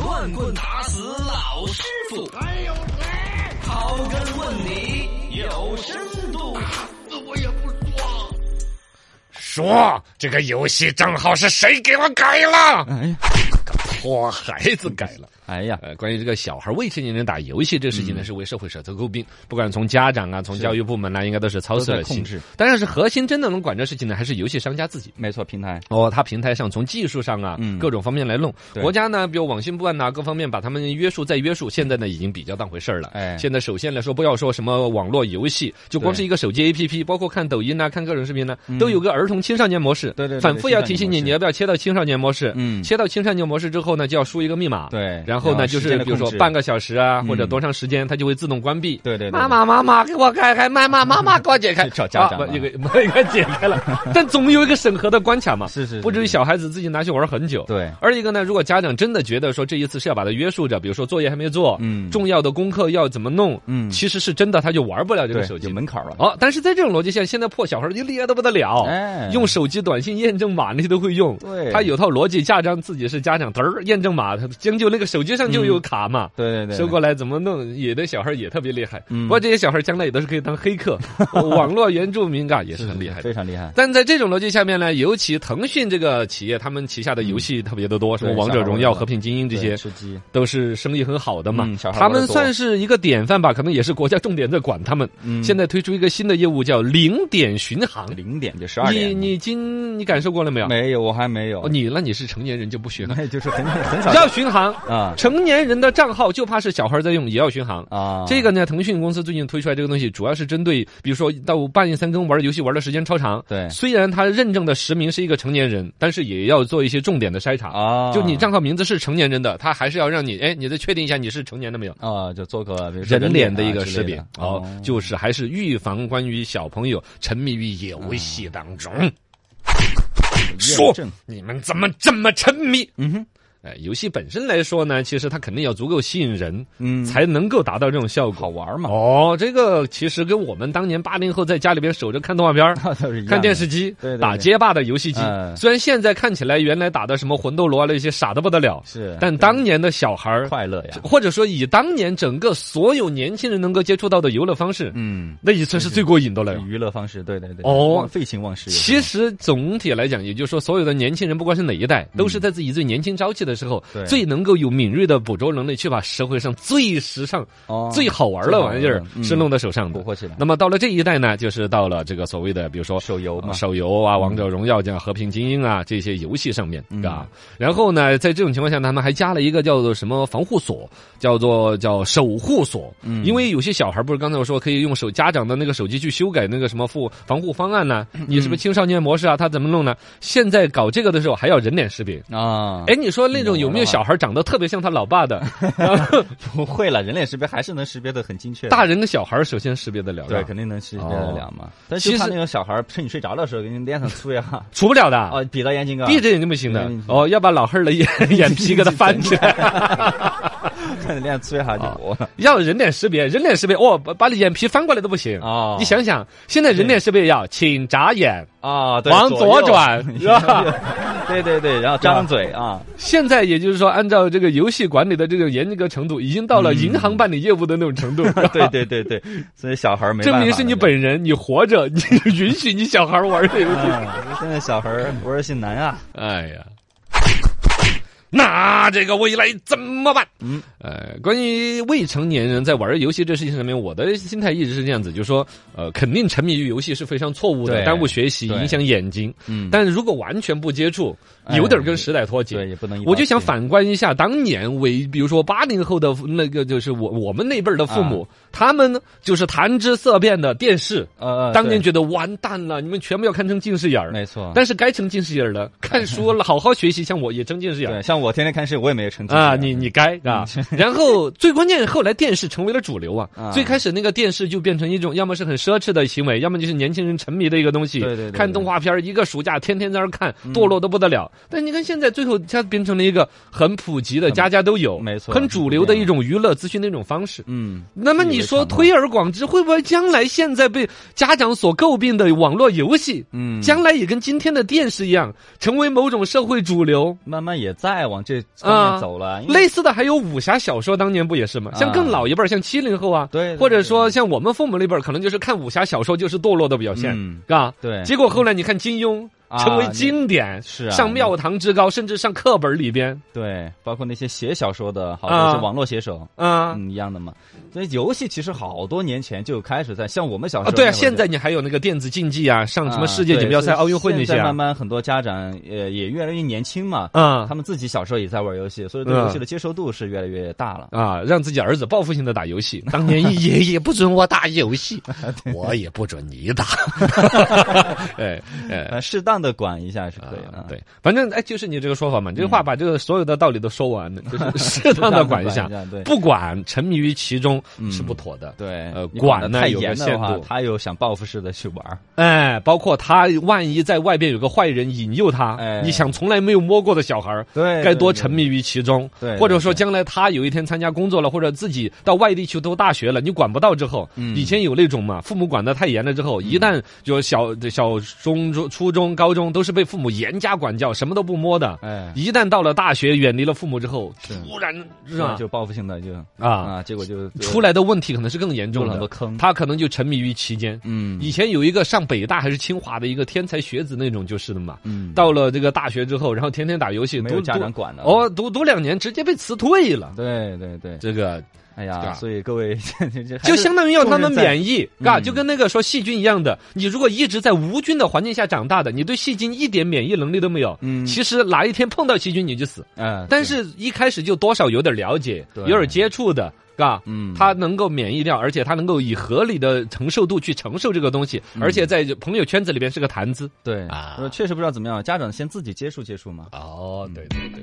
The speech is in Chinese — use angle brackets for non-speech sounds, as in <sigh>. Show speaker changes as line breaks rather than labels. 乱棍打死老师傅，还有谁？刨根问底有深度。我也不说。
说这个游戏账号是谁给我改了？
哎呀，
我孩子改了。
哎呀，
呃，关于这个小孩未成年人打游戏这事情呢，是为社会社会诟病。不管从家长啊，从教育部门呐、应该都是操碎了
都在控
心
制。
当然是核心真的能管这事情呢，还是游戏商家自己。
没错，平台
哦，它平台上从技术上啊，
嗯
各种方面来弄。
对
国家呢，比如网信办呐、各方面把他们约束再约束，现在呢已经比较当回事儿了。
哎
现在首先来说，不要说什么网络游戏，就光
对嗯
是一个手机 APP，包括看抖音呐、啊看各种视频呢、都有个儿童青少年模式。
对对对
反复要提
青少
醒你，
年模式
你要不要切到青少年模式？
嗯
切到青少年模式之后呢，就要输一个密码。。
对，
然后呢，就
时间
是
的
比如
控
说
制
半个小时啊，或者
嗯
多长时间，它就会自动关闭。
对对对
妈妈妈妈给我开开，妈妈
<laughs>
妈妈给我解开。
找家
啊
长嘛
不这个 <laughs> 把应该解开
<laughs>
了，但总有一个审核的关卡嘛。
是是是
不至于
是
小孩子自己拿去玩很久。。
对，
而一个呢，如果家长真的觉得说这一次是要把它约束着，比如说作业还没做，
嗯
重要的功课要怎么弄，
嗯
其实是真的他就玩不了这个
对
手机
有。门槛了，
哦，但是在这种逻辑下，现在破小孩儿就厉害的不得了，
哎
用手机短信验证码那些都会用。
对
他有套逻辑，家长自己是家长，嘚儿验证码，他将就那个手机上就
嗯
有卡嘛。
对对对，
收过来怎么弄？野的小孩儿也特别厉害，
嗯
不过这些小孩儿将来也都是可以当黑
<laughs>
客、网络原住民啊，也是
是
很厉害的。
嗯非常厉害。
但在这种逻辑下面呢，尤其腾讯这个企业，他们旗下的游戏特别的多，什么
对
王者荣耀、
小孩玩的
和平精英这些
对，吃鸡，
都是生意很好的嘛。
嗯小孩
他
玩
们
得多
算是一个典范吧，可能也是国家重点在管他们。
嗯
现在推出一个新的业务叫零点巡航，
零点就十二
你
点，
你今你感受过了没有？
没有，我还没有
啊哦，，你那你是成年人就不
<laughs>
巡航，
那就是很很早
要巡航。
啊
成年人的账号就怕是小孩在用，也要巡航。
啊，
这个呢，腾讯公司最近推出来这个东西，主要是针对，比如说到半夜三更玩游戏玩的时间超长。
对
虽然他认证的实名是一个成年人，但是也要做一些重点的筛查。
啊，
就你账号名字是成年人的，他还是要让你，哎，你再确定一下你是成年了没有。
啊，就做个比如说
人脸的一
啊
个
之
识
类
别
的，
哦，就是还是预防关于小朋友沉迷于游戏当中。
嗯
说
验证
你们怎么这么沉迷？
嗯哼，
哎，游戏本身来说呢，其实它肯定要足够吸引人，
嗯，
才能够达到这种效果。
好玩嘛，、
哦，这个其实跟我们当年八零后在家里边守着看动画片儿
<laughs> 都是一样的
看电视机、
对对对
打街霸的游戏机，
嗯
虽然现在看起来原来打的什么魂斗罗啊那些傻的不得了，
是
但当年的小孩儿，
快乐呀，
或者说以当年整个所有年轻人能够接触到的游乐方式，
嗯，
那也算是最过瘾的了。
娱乐方式，对对对，
哦
忘废寝忘食也是，
其实总体来讲，也就是说，所有的年轻人，不管是哪一代，都是在自己最年轻朝气的时候，
嗯对
最能够有敏锐的捕捉能力，去把社会上最时尚、
哦
最好玩的玩意
最
儿
好玩的嗯
是弄到手上的
捕。获起来，
那么到了这一代呢，就是到了这个所谓的，比如说
手游
呃
嘛，嗯
手游啊、王者荣耀这样和平精英啊这些游戏上面啊。
嗯
然后呢，在这种情况下，他们还加了一个叫做什么防护锁，叫做叫守护锁。
嗯
因为有些小孩不是刚才我说可以用手家长的那个手机去修改那个什么护防护方案呢、
嗯
你是不是青少年模式啊？他怎么弄呢？现在搞这个的时候还要人脸识别。
啊，
哎，你说那种有没有小孩长得特别像他老爸的？然后
<laughs> 不会了，人脸识别还是能识别的很精确的，
大人跟小孩首先识别得了，
对
是吧
肯定能识别得了嘛。但
其
是
实
他那种小孩儿趁你睡着的时候给你脸上涂呀，
<laughs> 除不了的。
哦，闭到眼睛啊，
闭着眼睛不行的
嗯
哦，要把老汉儿的眼眼皮给他翻起来，
<laughs> 看你脸上涂一下就
哦
我
要人脸识别，人脸识别哦，把把你眼皮翻过来都不行
哦
你想想，现在人脸识别要请眨眼，
啊，对
往左
右
转
<laughs>
是
对对对，然后张嘴啊，
现在也就是说，按照这个游戏管理的这种严格程度，已经到了银行办理业务的那种程度。
<laughs> 对对对对，所以小孩儿没办
<laughs> 证
法
明是你
了
本人，你活着，你允许你小孩玩这个游
就
戏。
啊现在小孩儿不是性难啊，
哎呀， <coughs> 那这个未来怎么办？
嗯，
呃，关于未成年人在玩游戏这事情上面，我的心态一直是这样子，就是说，呃，肯定沉迷于游戏是非常错误的，
对
耽误学习，
对
影响眼睛。
嗯
但如果完全不接触，
哎
有点跟时代脱节。
对，也不能一刀
我就想
切
反观一下当年为，比如说八零后的那个，就是我我们那辈儿的父母，
啊
他们呢就是谈之色变的电视，
呃，
当年
对
觉得完蛋了，你们全部要看成近视眼儿。
没错，
但是该成近视眼儿
<laughs>
了，看书了，好好学习，像我也成近视眼儿
对，像我天天看视，我也没有成绩
啊，你你该啊。
<laughs>
然后最关键，后来电视成为了主流啊。
啊
最开始那个电视就变成一种要么是很奢侈的行为，要么就是年轻人沉迷的一个东西。
对对对嗯对
看动画片儿一个暑假天天在那儿看，堕落的不得了。但你看现在，最后它变成了一个很普及的，家家都有，
嗯没错
很主流的一种娱乐资讯的一种方式。
嗯，
那么你说推而广之，会不会将来现在被家长所诟病的网络游戏，
嗯
将来也跟今天的电视一样，成为某种社会主流？
慢慢也在往往这方
啊
面走了。因为
类似的还有武侠小说，当年不也是吗？像更老一辈儿，像七零后啊，
啊对对
或者说像我们父母那辈儿，可能就是看武侠小说就是堕落的表现，
嗯
是吧？
对
结果后来你看金庸
啊
成为经典，
是啊
上庙堂之高，甚至上课本里边
对，包括那些写小说的，好
啊
多是网络写手，
啊。
嗯，一样的嘛。所以游戏其实好多年前就开始在，像我们小时
啊，
候
对
那
啊，
会儿
现
就
在你还有那个电子竞技啊，上什么世界锦标赛、
啊对
奥运会那
现在
些
慢
啊，
慢很多家长也也越来越年轻嘛，
啊
他们自己小时候也在玩游戏，所以对
嗯
游戏的接受度是越来越大了。
啊，让自己儿子报复性的打游
<laughs>
戏。当年爷爷不准我打游戏，我也不准你
<laughs>
打。哎哎。
呃，适当的管一下是
啊
可以的。
对，反正哎，就是你这个说法嘛，你这
嗯
话把这个所有的道理都说完了，
<laughs>
就是适当的管一下
适当地管一下，对嗯
不管沉迷于其中是不妥的。
对，
呃，
你
管
得
呢
太
有个
严的
限
话
度，，
他又想报复式的去玩儿。
哎，包括他万一在外边有个坏人引诱他，
哎
你想从来没有摸过的小孩儿，
对
该多沉迷于其中，
对对
或者说将来他有一天参加工作了，或者自己到外地去读大学了，你管不到之后，
嗯
以前有那种嘛，父母管得太严了之后，一旦就小小中中初中高中都是被父母严加管教，什么都不摸的，
哎
一旦到了大学远离了父母之后，
是
突然是
那
吧
就报复性的就
啊
啊，结果就
出，来的问题可能是更严重
入了很
的
多，坑
他可能就沉迷于其间，
嗯
以前有一个上北大还是清华的一个天才学子那种就是的嘛，
嗯，
到了这个大学之后，然后天天打游戏，
没
读
有家长管的
读哦，读读两年直接被辞退了。
对对对，
这个
哎
对啊
呀，所以各位 <laughs> 这还
就是相当于要他们
重任在
免疫，嘎，
嗯
就跟那个说细菌一样的，你如果一直在无菌的环境下长大的，你对细菌一点免疫能力都没有，
嗯
其实哪一天碰到细菌你就死。
嗯，
但是一开始就多少有点了解，
对
有点接触的，嘎，
嗯
他能够免疫掉，而且他能够以合理的承受度去承受这个东西，
嗯
而且在朋友圈子里边是个谈资。
对
啊
我确实不知道怎么样，家长先自己接触接触嘛。
哦，对对对。